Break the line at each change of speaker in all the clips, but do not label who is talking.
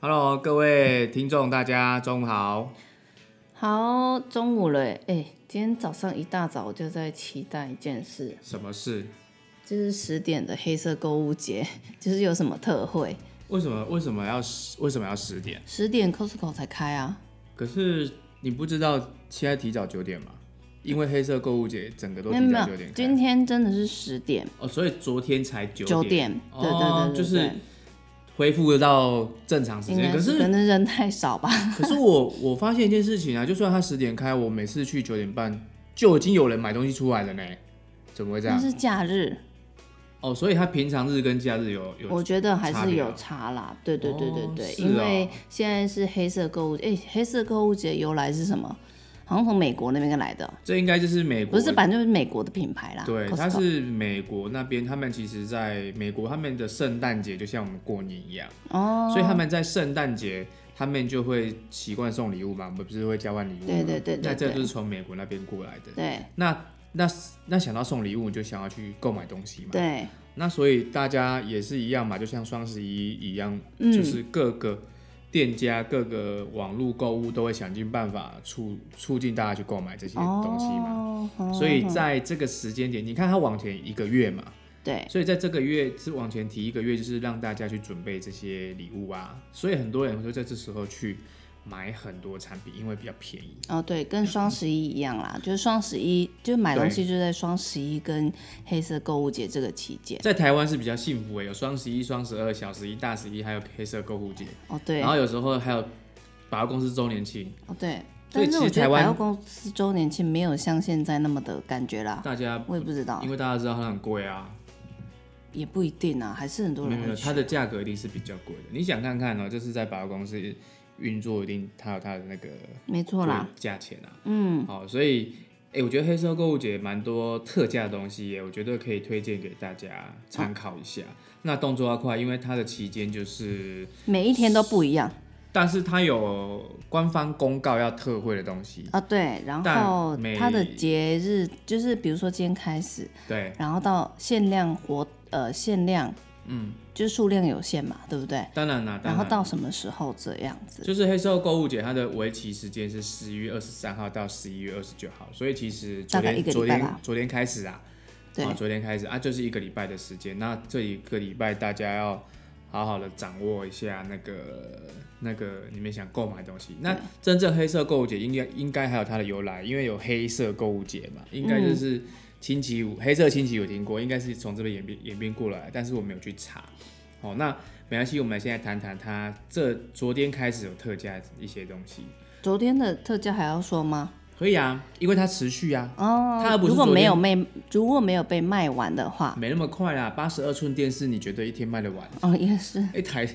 Hello，各位听众，大家中午好。
好，中午了耶，哎、今天早上一大早我就在期待一件事，
什么事？
就是十点的黑色购物节，就是有什么特惠，
为什么为什么要十为什么要十点？
十点 Costco 才开啊。
可是你不知道现在提早九点吗？因为黑色购物节整个都
没有
提
没
早九
有
点，开。
今天真的是十点
哦，所以昨天才九
九
点，
点，对对对
哦
对对，
就是恢复到正常时
应
间。
该
可
是
是
可能人太少吧。
可是我我发现一件事情啊，就算他十点开，我每次去九点半就已经有人买东西出来了呢，怎么会这
但
样？
是假日，
哦，所以他平常日跟假日有有
我觉得还
差
是
别啊
有差啦。对对对对
哦
对，
是
因
啊
为现在是黑色购物，哎、黑色购物节由来是什么？好像从美国那边来的，
这应该就是美国
不是反正就是美国的品牌啦。
对，
Costco
它是美国那边，他们其实在美国他们的圣诞节就像我们过年一样，
哦，
所以他们在圣诞节他们就会习惯送礼物嘛，我们不是会交换礼物吗？
对对对对
那这
对
就是从美国那边过来的。
对
那那那想到送礼物，就想要去购买东西嘛。
对，
那所以大家也是一样嘛，就像双十一一样，
嗯
就是各个店家、各个网络购物都会想尽办法促促进大家去购买这些东西嘛。
哦，哦
所以
哦
在这个时间点，你看它往前一个月嘛，
对
所以在这个月是往前提一个月，就是让大家去准备这些礼物啊。所以很多人会在这时候去买很多产品，因为比较便宜。
哦对，跟双十一一样啦，就是双十一就买东西就在双十一跟黑色购物节这个期间。
在台湾是比较幸福诶、有双十一、双十二、小十一、大十一，还有黑色购物节，
哦对，
然
哦
后有时候还有百货公司周年庆，
对，
所以
但是
其
我
实
觉
台
得
湾
百货公司周年庆没有像现在那么的感觉啦，
大家
我也不知道
因，为大家知道它很贵啊，
也不一定啊，还是很多
没有
人
没
会
有，它
去。
的价格一定是比较贵的。你想看看哦、就是在百货公司运作，一定它有它的那个
没错啦，
价钱啊。
嗯，
好，所以哎、诶我觉得黑色购物节蛮多特价的东西耶，我觉得可以推荐给大家参考一下。那动作要快，因为它的期间就是，
每一天都不一样
但是它有官方公告要特惠的东西，
啊，对，然
但
后
每
它的节日就是比如说今天开始，
对，
然后到限量活呃限量，嗯，就是数量有限嘛，对不对？
当然啦、当
然后
然。
到什么时候这样子？
就是黑色购物节，它的为期时间是十一月二十三号到十一月二十九号，所以其实昨
大概
天
一个
昨
礼拜
天
吧
昨天开始啊，
对
啊，，昨天开始啊，就是一个礼拜的时间。那这一个礼拜大家要好好的掌握一下那个那个你们想购买的东西。那真正黑色购物节应该应该还有它的由来，因为有黑色购物节嘛，应该就是星期五、黑色星期五听过，应该是从这边演变演变过来，但是我没有去查。好，那没关系，我们现在谈谈它这昨天开始有特价一些东西，
昨天的特价还要说吗？
可以啊，因为它持续啊，
哦，
它不是
如果
昨天
没有卖，如果没有被卖完的话，
没那么快啦，八十二寸电视你觉得一天卖得完？
哦，也是，
一台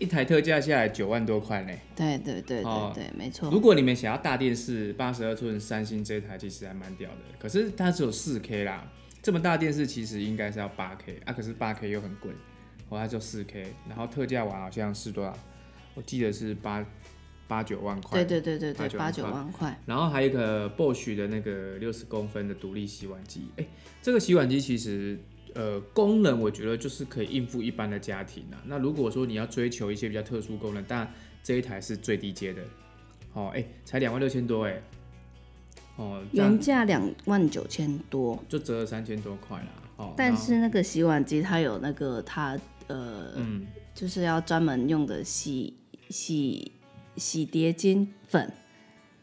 一台特价下来九万多块呢。
对对对
哦
对对，没错。
如果你们想要大电视，八十二寸三星这一台其实还蛮屌的，可是它只有四 K 啦。这么大电视其实应该是要八 K 啊，可是八 K 又很贵，哦，它就四 K，然后特价完好像是多少？我记得是八八九万块。
对对对对对，
八
八
九
九
万
万块，
然后还有一个 Bosch 的那个六十公分的独立洗碗机，哎，这个洗碗机其实呃功能我觉得就是可以应付一般的家庭啊。那如果说你要追求一些比较特殊功能，当然这一台是最低阶的，哦，哎，才两万六千多哎，哦，这样哦
原价两万九千多，
就折了三千多块啦，哦，
但
然后
是那个洗碗机它有那个它呃，
嗯
就是要专门用的洗洗洗碟精粉，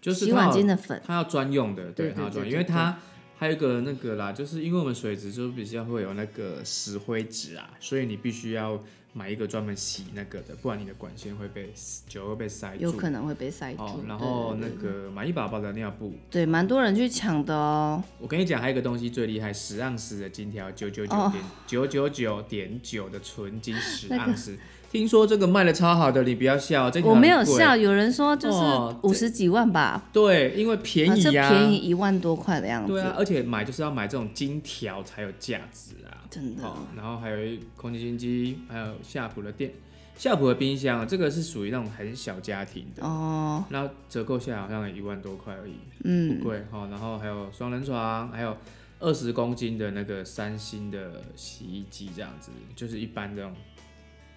就是
洗
它
碗
有
巾的粉，
它要专用的，对，
对对
它要专用，
对对
因为它还有一个那个啦，就是因为我们水质就比较会有那个石灰质啊，所以你必须要买一个专门洗那个的，不然你的管线会被久会被塞
有
住。
可能会被塞住。
哦，然
对
后
对
那
对
个买一把包的尿布，
对，蛮多人去抢的哦。
我跟你讲，还有一个东西最厉害，十盎司的金条，九九九
哦
点九九九点九的纯金十盎司，听说这个卖的超好的，你不要笑，这个
我没
很
有
贵
笑，。有人说就是
哦
五十几万吧，
对，因为便宜
啊，这
呀、
便宜一万多块的样子。
对啊，而且买就是要买这种金条才有价值啊，
真的
哦。然后还有一空气清新机，还有夏普的电，夏普的冰箱啊，这个是属于那种很小家庭的，
哦，
那折扣下来好像一万多块而已，
嗯，
不贵哈、哦。然后还有双人床，还有二十公斤的那个三星的洗衣机，这样子就是一般这种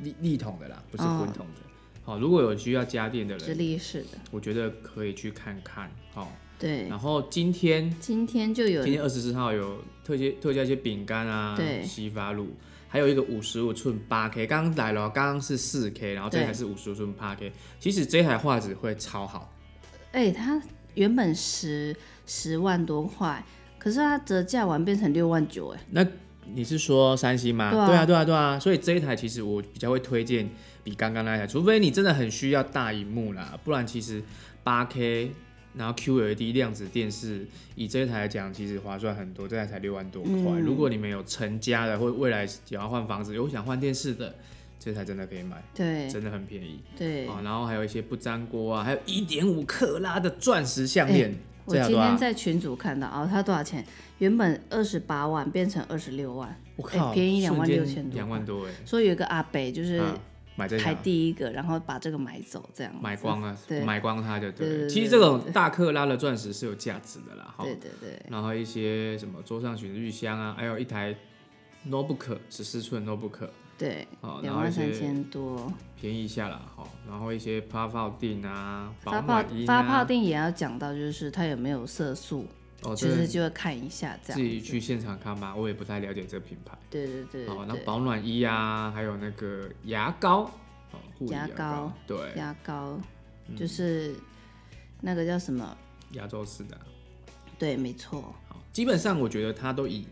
立立桶的啦，不是
哦
滚筒的。好、如果有需要家电的
直
人，
立式的。
我觉得可以去看看。好、
对，
然后今天
今天就有
今天二十四号有特价特价一些饼干啊，
对
洗发乳，还有一个五十五寸八 K，刚刚来了，哦刚刚是四 K，然后这
对
台是五十五寸八 K，其实这台画质会超好，
哎、它原本十十万多块，可是它折价完变成六万九，哎，
那你是说三星吗？
对
对
啊
啊，对啊，对啊。所以这一台其实我比较会推荐比刚刚那一台，除非你真的很需要大荧幕啦，不然其实八 K 然后 QLED 量子电视，以这一台来讲，其实划算很多。这台才六万多块、
嗯
如果你们有成家的，或未来想要换房子，有想换电视的，这台真的可以买，
对
真的很便宜。
对。
哦，然后还有一些不粘锅啊，还有一点五克拉的钻石项链，
哎我
这台多
今天
少？啊
在群组看到哦，它多少钱？原本二十八万变成二十六万，
我
哎
靠，
便宜两万六千多，
两万。多哎、
说有一个阿北就是
啊，买这台
排第一个，然后把这个买走，这样子
买。光啊，
对
买光它就对
对
了。
对对
其实这种大克拉的钻石是有价值的啦，哈。
对对对，
然后一些什么桌上型的玉香啊，还有一台 notebook 十四寸 notebook，
对
好，然
两
后一
万
些
三千多。
便宜一下啦，哈。然后一些发泡锭啊，
发
保
泡
暖衣
发泡
啊，
定也要讲到，就是它有没有色素，
哦，
其
这
实
个
就会看一下这
自己
样。
去现场看吧，我也不太了解这个品牌。
对对对
哦，那
对，
保暖衣啊，还有那个牙膏，哦，护理
牙
膏
膏，
对，
牙膏
嗯
就是那个叫什么？
牙周式的啊。
对，没错，
好，基本上我觉得它都以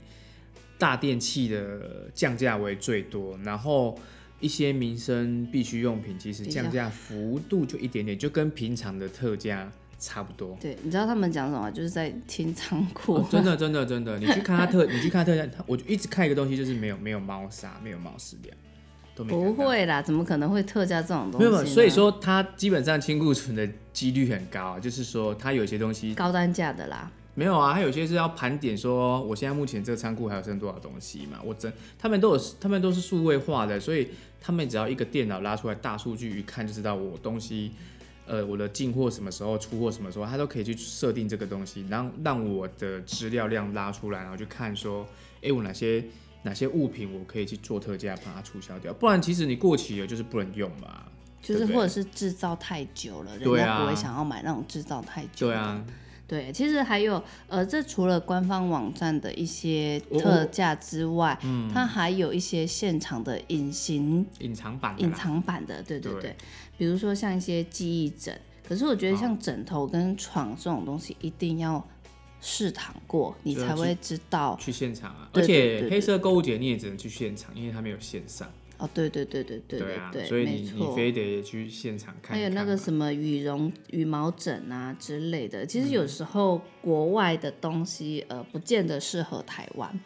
大电器的降价为最多，然后一些民生必需用品其实
比较
降价幅度就一点点，就跟平常的特价差不多。
对，你知道他们讲什么？就是在清仓库
哦。真的，真的，真的，你去看它特，你去看特价，它我就一直看一个东西，就是没有没有猫砂，没有猫饲料，都没
不
看到，
会啦，怎么可能会特价这种
没
东西
有，没
呢？
有所以说它基本上清库存的几率很高啊，就是说它有些东西
高单价的啦，
没有啊，他有些是要盘点说，我现在目前这个仓库还有剩多少东西嘛？我真，他们都有，他们都是数位化的，所以他们只要一个电脑拉出来大数据一看就知道我东西，呃，我的进货什么时候，出货什么时候，他都可以去设定这个东西，让让我的资料量拉出来，然后去看说，诶，我哪些哪些物品我可以去做特价把它促销掉，不然其实你过期了就是不能用嘛。
就是
对不对
或者是制造太久了，人
对
家
啊
不会想要买那种制造太久。
对，啊，
对，其实还有呃，这除了官方网站的一些
我
特价之外，
嗯
它还有一些现场的隐形
隐藏版的
隐
啦，
藏版的，对对
对
对，比如说像一些记忆枕，可是我觉得像枕头跟床这种东西，一定要试躺过，你
对啊
才
去
会知道。
去现场啊，而
对对
且
对
黑色购物节你也只能去现场，因为它没有线上。
哦，对对对对对
啊，
对，
所以
没
你
错。
你非得去现场看
还
一看嘛。啊嗯
有那个什么羽绒、羽毛枕啊之类的，其实有时候国外的东西，呃，不见得适合台湾，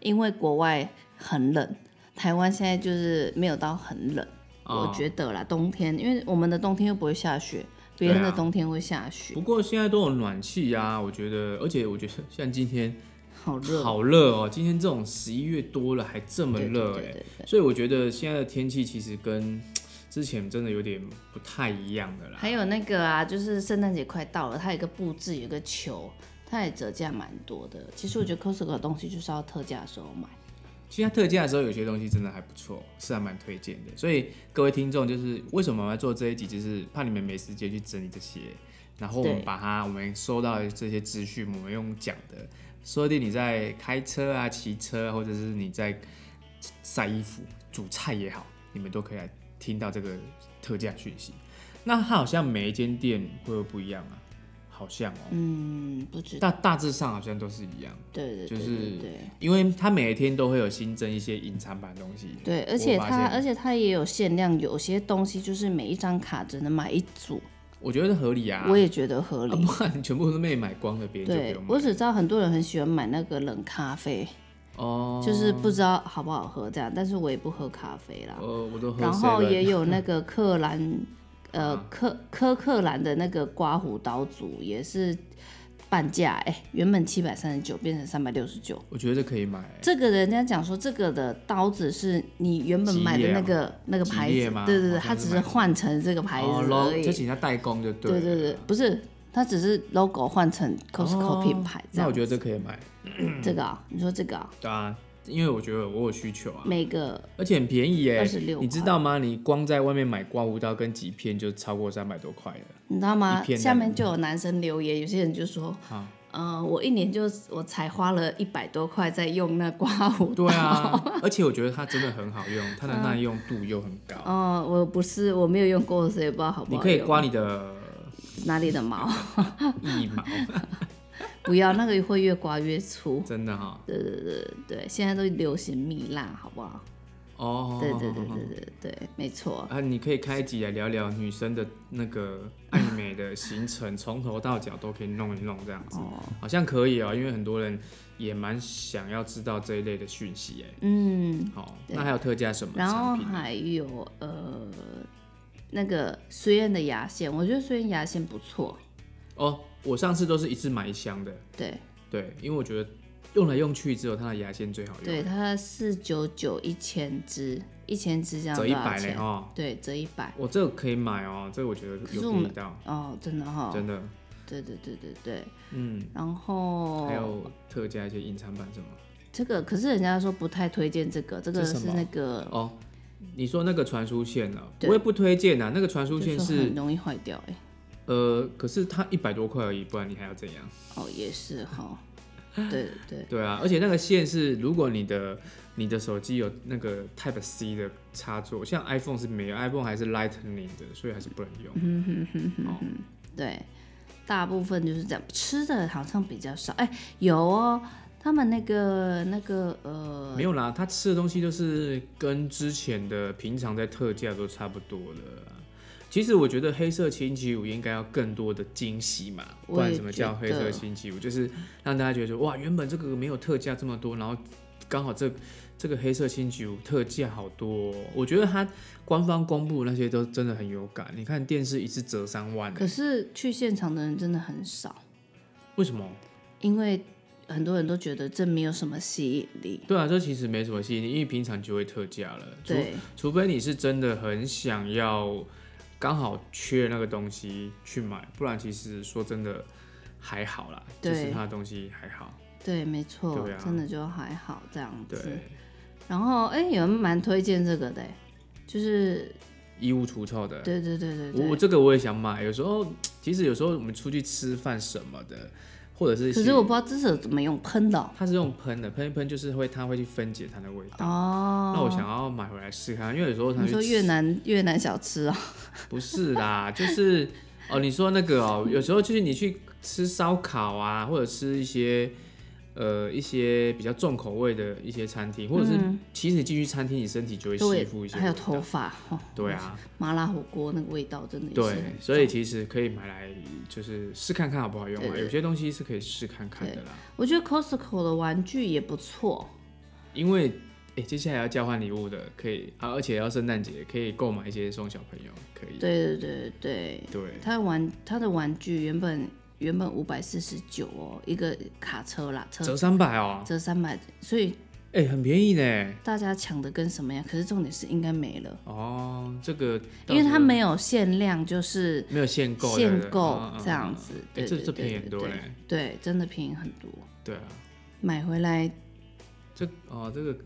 因为国外很冷，台湾现在就是没有到很冷，
哦
我觉得啦，冬天，因为我们的冬天又不会下雪，别人
对
的
啊
冬天会下雪，
不过现在都有暖气啊，我觉得，而且我觉得像今天
好热，
好热哦，今天这种十一月多了还这么
对对
热
对
哎，
对对。
所以我觉得现在的天气其实跟之前真的有点不太一样的啦。
还有那个啊，就是圣诞节快到了，它有一个布置，有一个球，它也折价蛮多的。其实我觉得 Costco 的东西就是要特价的时候买。
现在特价的时候，有些东西真的还不错，是还蛮推荐的。所以各位听众，就是为什么我们要做这一集，就是怕你们没时间去整理这些，然后我们
对
把它我们收到的这些资讯，我们用讲的，说不定你在开车啊、骑车啊，或者是你在晒衣服、煮菜也好，你们都可以来听到这个特价讯息。那它好像每一间店会不会不一样啊？好像哦，
嗯，不知道。
大大致上好像都是一样。
对对
就
对
是
对对
因为它每天都会有新增一些隐藏版的东西。
对，
我
而且
发
它
现
而且它也有限量，有些东西就是每一张卡只能买一组，
我觉得是合理啊，
我也觉得合理。
啊 不然全部都被买光了，别人就不
对
用，买
我只知道很多人很喜欢买那个冷咖啡，
哦。
就是不知道好不好喝这样，但是我也不喝咖啡啦。
呃，我都喝
然后
seven
也 有那个克兰，呃，
啊
科科克兰的那个刮胡刀组也是半价，哎、原本七百三十九变成三百六十九。
我觉得这可以买，
这个人家讲说，这个的刀子是你原本
吉
买的
列
那
吗
个那个
吉
牌
列
子
啊吗，
对对
好
对，
像
它
是
只
买
是
吉
换成这个牌
哦
子
咯
而已。
就请他代工就对
对
了。
对对，不是，它只是 logo 换成 Costco
哦
品牌
那
这样。
我觉得这可以买，
这个啊，你说这个啊，
对啊，因为我觉得我有需求啊，
每个
而且很便宜耶、
26
你知道吗？你光在外面买刮胡刀跟几片就超过三百多块 了。
你知道吗
一？片
下面就有男生留言，有些人就说
好，
呃，我一年就我才花了一百多块在用那刮胡刀。
对啊，
哦
而且我觉得它真的很好用，它的耐用度又很高，
嗯哦、我不是，我没有用过，所以不知道好不好
你
用。
可以刮你的
哪里的毛？
腋 毛，
不要，那个会越刮越粗。
真的哈、
对对对对，现在都流行蜜蜡，好不好？
哦，
对对对对对对，没错。
啊，你可以开一集来聊聊女生的那个爱美的行程，从头到脚都可以弄一弄，这样子、好像可以哦、因为很多人也蛮想要知道这一类的讯息哎。
嗯，
好，
对
那还有特价什么
然后
产品？
还有呃，那个虽然的牙线，我觉得虽然牙线不错。
哦，我上次都是一次买一箱的，
对
对，因为我觉得用来用去只有它的牙线最好用，
对，它四九九一千支，一千支这样
折
多
一
少
百嘞
钱？
哦。
对，折一百。
我这个可以买哦，这个我觉得
可是
有
我
便宜
们
到，
哦，真的哈、
真的，
对对对对对。
嗯，
然后
还有特价一些隐藏版什么？
这个，可是人家说不太推荐这个，这个
这什
是
么
那个
哦，你说那个传输线呢、
对
我也不推荐啊。那个传输
就
线
说
是
很容易坏掉哎、
呃，可是它一百多块而已，不然你还要怎样？
哦，也是哈。对对对，
对啊，而且那个线是，如果你的你的手机有那个 Type C 的插座，像 iPhone 是没有，iPhone 还是 Lightning 的，所以还是不能用。
对，大部分就是这样。吃的好像比较少，哎、有哦，他们那个那个呃，
没有啦，他吃的东西都是跟之前的平常在特价都差不多了啊。其实我觉得黑色星期五应该要更多的惊喜嘛，
我
不然
也
怎么叫
觉
黑色
得
星期五？就是让大家觉得说，哇，原本这个没有特价这么多，然后刚好这这个黑色星期五特价好多哦、我觉得他官方公布那些都真的很有感。你看电视一次折三万，
可是去现场的人真的很少，
为什么？
因为很多人都觉得这没有什么吸引力。
对啊，这其实没什么吸引力，因为平常就会特价了，除
对，
除非你是真的很想要，刚好缺那个东西去买，不然其实说真的还好啦，
对
就是它的东西还好。
对，没错，
对啊
真的就还好这样
对，
子。然后，哎、有人蛮推荐这个的，欸就是
衣物除臭的，
对对对对
我我
对。
这个我也想买。有时候其实有时候我们出去吃饭什么的，或者是
可是我不知道这是怎么用喷的哦。
它是用喷的，喷一喷就是会它会去分解它的味道。
哦
那我想要买回来试看，因为有时候常
你
去
说
吃
越南越南小吃啊、
不是啦， 就是哦，你说那个哦，有时候就是你去吃烧烤啊，或者吃一些呃一些比较重口味的一些餐厅，或者是其实你进去餐厅，你身体就会吸
对
附一，些
嗯还有
味道
头发，哦、
对啊，
麻辣火锅那个味道真的也是
对
很，
所以其实可以买来就是试看看好不好用嘛，啊
对对
有些东西是可以试看看的啦，
我觉得 Costco 的玩具也不错，
因为哎、接下来要交换礼物的，可以啊，而且要圣诞节可以购买一些送小朋友，可以，
对对对对
对
对，它的玩它的玩具原本原本五百四十九哦，一个卡车啦，车
折三百哦，
折三百，所以
哎、很便宜呢，
大家抢的跟什么样？可是重点是应该没了，
哦，这个
因为
到时
它
候
没有限量，就是
没有限购，对不
限
对
购
嗯嗯
这样
嗯
子
嗯。
对
欸这
对
这
对
便宜很
对
多
对
嘞，
对，真的便宜很多，
对啊，
买回来
这哦这个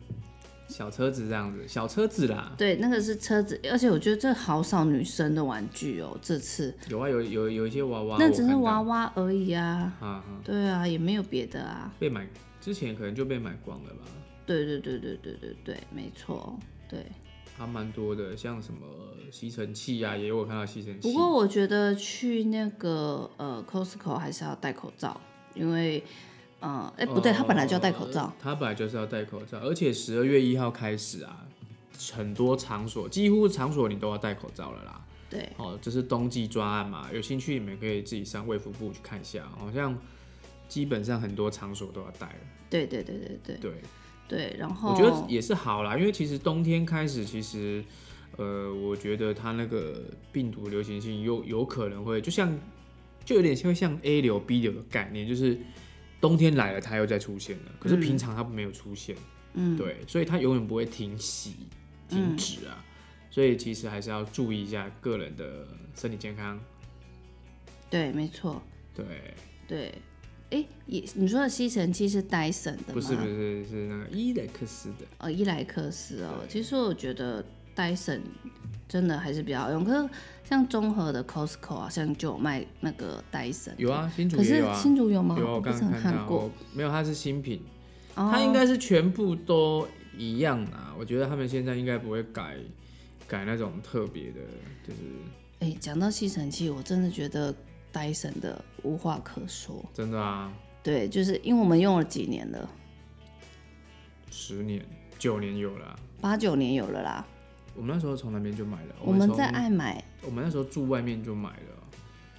小车子这样子，小车子啦，
对，那个是车子，而且我觉得这好少女生的玩具哦，这次
有啊有有有一些娃娃，
那只是娃
娃
娃而已啊，
啊，嗯
对啊，也没有别的啊，
被买之前可能就被买光了吧，
对对对对对对对，没错，对。
还蛮多的，像什么吸尘器啊，也有我看到吸尘器
不，过我觉得去那个呃 Costco 还是要戴口罩，因为呃，哎、不对，他本来就要戴口罩
呃，它哦本来就是要戴口罩，而且十二月一号开始啊，很多场所几乎场所你都要戴口罩了啦。
对，
哦，这是冬季专案嘛，有兴趣你们可以自己上卫福部去看一下，好像基本上很多场所都要戴了。
对对对对对哦
对，
对，然后
我觉得也是好啦，因为其实冬天开始，其实呃，我觉得它那个病毒流行性有有可能会，就像就有点像像 A 流 B 流的概念，就是冬天来了它又再出现了，可是平常它没有出现，
嗯，
对，所以它永远不会停息、停止啊。所以其实还是要注意一下个人的身体健康，
对，没错，
对，
对，哎，也你说的吸尘器是戴森的吗？
不是不是是那个伊雷克斯的，
哦，伊莱克斯哦，其实我觉得戴森真的还是比较好用，可是像综合的 Costco 好像就有卖那个戴森，
有啊，新竹
可
也
是
有啊，
新竹有吗？
有啊，
我
我
不
刚
曾
刚看
看
到，
过，
我没有，它是新品，
哦
它应该是全部都一样啦。我觉得他们现在应该不会改改那种特别的，就是
哎，讲到吸尘器，我真的觉得戴森的无话可说。
真的啊，
对，就是因为我们用了几年了，
十年九年有了啊、
八九年有了啦。
我们那时候从那边就买了，
我
们
们
从
在爱买，
我们那时候住外面就买了，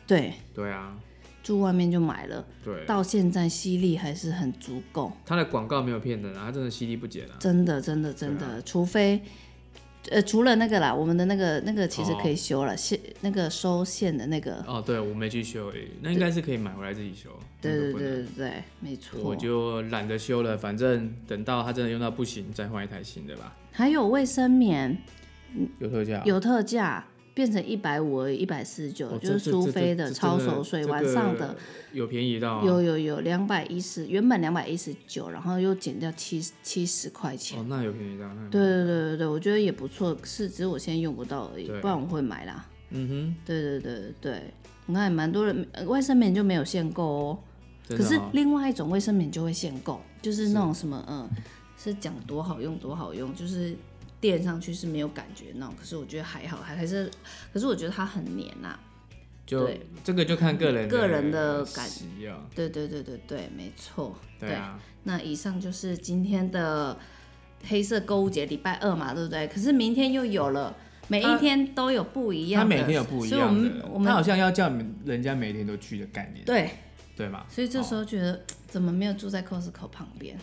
对，
对啊，
住外面就买了，
对，
到现在吸力还是很足够，
它的广告没有骗人啊，它真的犀利不减啊。
真的，真的，真的，除非。呃，除了那个啦，我们的那个那个其实可以修了，线、那个收线的那个，
哦，对，我没去修诶，那应该是可以买回来自己修。
对
那
对
个不能
对对对，没错。
我就懒得修了，反正等到它真的用到不行，再换一台新的吧。
还有卫生棉
有特价，
有特价，变成一百五、一百四十九，
啊哦
就是苏菲的超手水晚上，
这这这这这这这这
的，
有便宜到啊
有有有两百一十，原本两百一十九，然后又减掉七七十块钱。
哦，那有便宜到，那有
对对对对对，我觉得也不错，是只是我现在用不到而已
对，
不然我会买啦。
嗯哼，
对对对对对，你看蛮多人呃卫生棉就没有限购哦，
真
可
的
是
哦
另外一种卫生棉就会限购，就是那种什么嗯、呃是讲多好用多好用，就是垫上去是没有感觉那种，可是我觉得还好，还还是，可是我觉得它很黏啊呐、
就
对
这个就看个人
个人的感
习啊，
对对对对对，没错。
对啊，
那以上就是今天的黑色购物节，礼拜二嘛，对不对？可是明天又有了，每一天都有不一样
它
的，
每天有不一
所以我
样
们
的
我，
它
们
好像要叫人家每天都去的概念，
对，
对哦吗？
所以这时候觉得、怎么没有住在 Costco 旁 边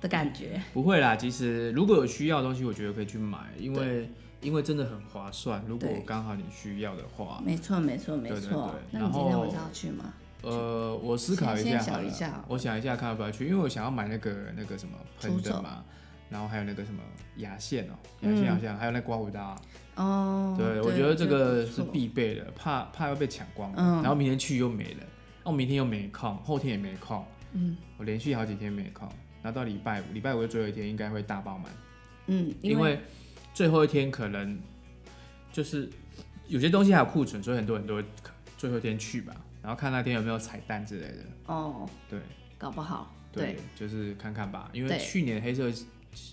的感觉？
不会啦，其实如果有需要的东西，我觉得可以去买，因为因为真的很划算。如果
对
刚好你需要的话，
没错，没错，没
对对
错
对。
那你今天
然后
晚上要去吗？
呃，我思考一
先
下
先
好
想一下
了，我想一下看要不要去，因为我想要买那个那个什么喷
除
的
皱
嘛，然后还有那个什么牙线哦、牙线好像、还有那刮胡刀啊，
嗯哦，
对我觉得这个
不
是
错
必备的，怕怕要被抢光了，
嗯
然后明天去又没了，那我明天又没空，后天也没空，嗯，我连续好几天没空，然后到礼拜五，礼拜五的最后一天应该会大爆满。
嗯，因
因
为
为最后一天可能就是有些东西还有库存，所以很多人都会可最后一天去吧，然后看那天有没有彩蛋之类的。
哦，
对
搞不好对，
就是看看吧，因为
对
去年黑色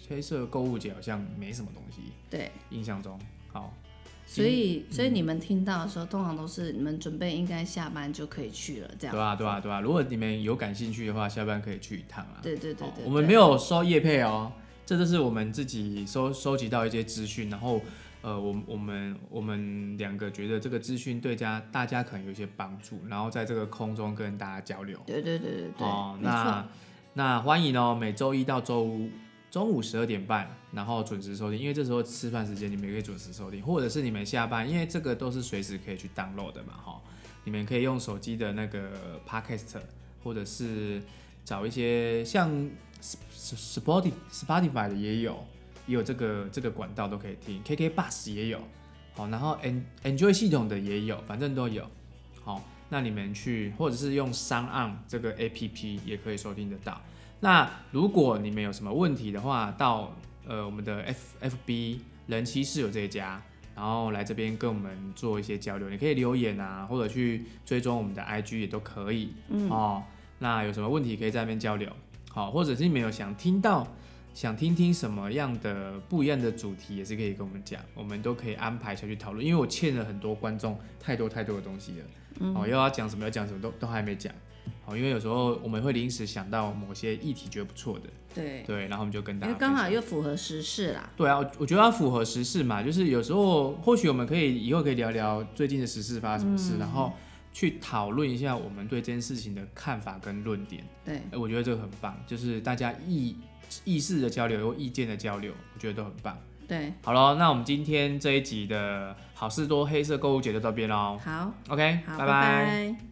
黑色购物节好像没什么东西，
对，
印象中。好，
所以
嗯
所以你们听到的时候，通常都是你们准备应该下班就可以去了，这
对
样。
啊？对啊？对啊？如果你们有感兴趣的话，下班可以去一趟啊。
对对对
哦
对，
我们
对
没有收业配哦，这就是我们自己收收集到一些资讯，然后呃，我我们我们两个觉得这个资讯对家大家可能有一些帮助，然后在这个空中跟大家交流。
对对对对对，
哦，
没错，
那那欢迎哦，每周一到周五中午十二点半，然后准时收听，因为这时候吃饭时间你们也可以准时收听，或者是你们下班，因为这个都是随时可以去 download 的嘛，哈、你们可以用手机的那个 podcast，或者是找一些像 Sp- Spotify Spotify 的也有，也有这个这个管道都可以听，KK Bus 也有，好，然后 En Enjoy 系统的也有，反正都有。好，那你们去或者是用商岸这个 APP 也可以收听得到。那如果你们有什么问题的话，到呃我们的 F FB 人妻室友这一家，然后来这边跟我们做一些交流，你可以留言啊，或者去追踪我们的 IG 也都可以。嗯，哦，那有什么问题可以在那边交流。好，或者是你们有想听到。想听听什么样的不一样的主题，也是可以跟我们讲，我们都可以安排下去讨论。因为我欠了很多观众太多太多的东西了，
嗯
哦，又要讲什么要讲什么都都还没讲，哦，因为有时候我们会临时想到某些议题觉得不错的，
对，
对，然后我们就跟大
因
家
为刚
分享
好又符合时事啦。
对啊，我我觉得要符合时事嘛，就是有时候或许我们可以以后可以聊聊最近的时事发生什么
嗯
事，然后去讨论一下我们对这件事情的看法跟论点。
对，
哎我觉得这个很棒，就是大家意意识的交流或意见的交流，我觉得都很棒。
对，
好咯，那我们今天这一集的好事多黑色购物节就到这边喽。
好，
OK，
好，
拜
拜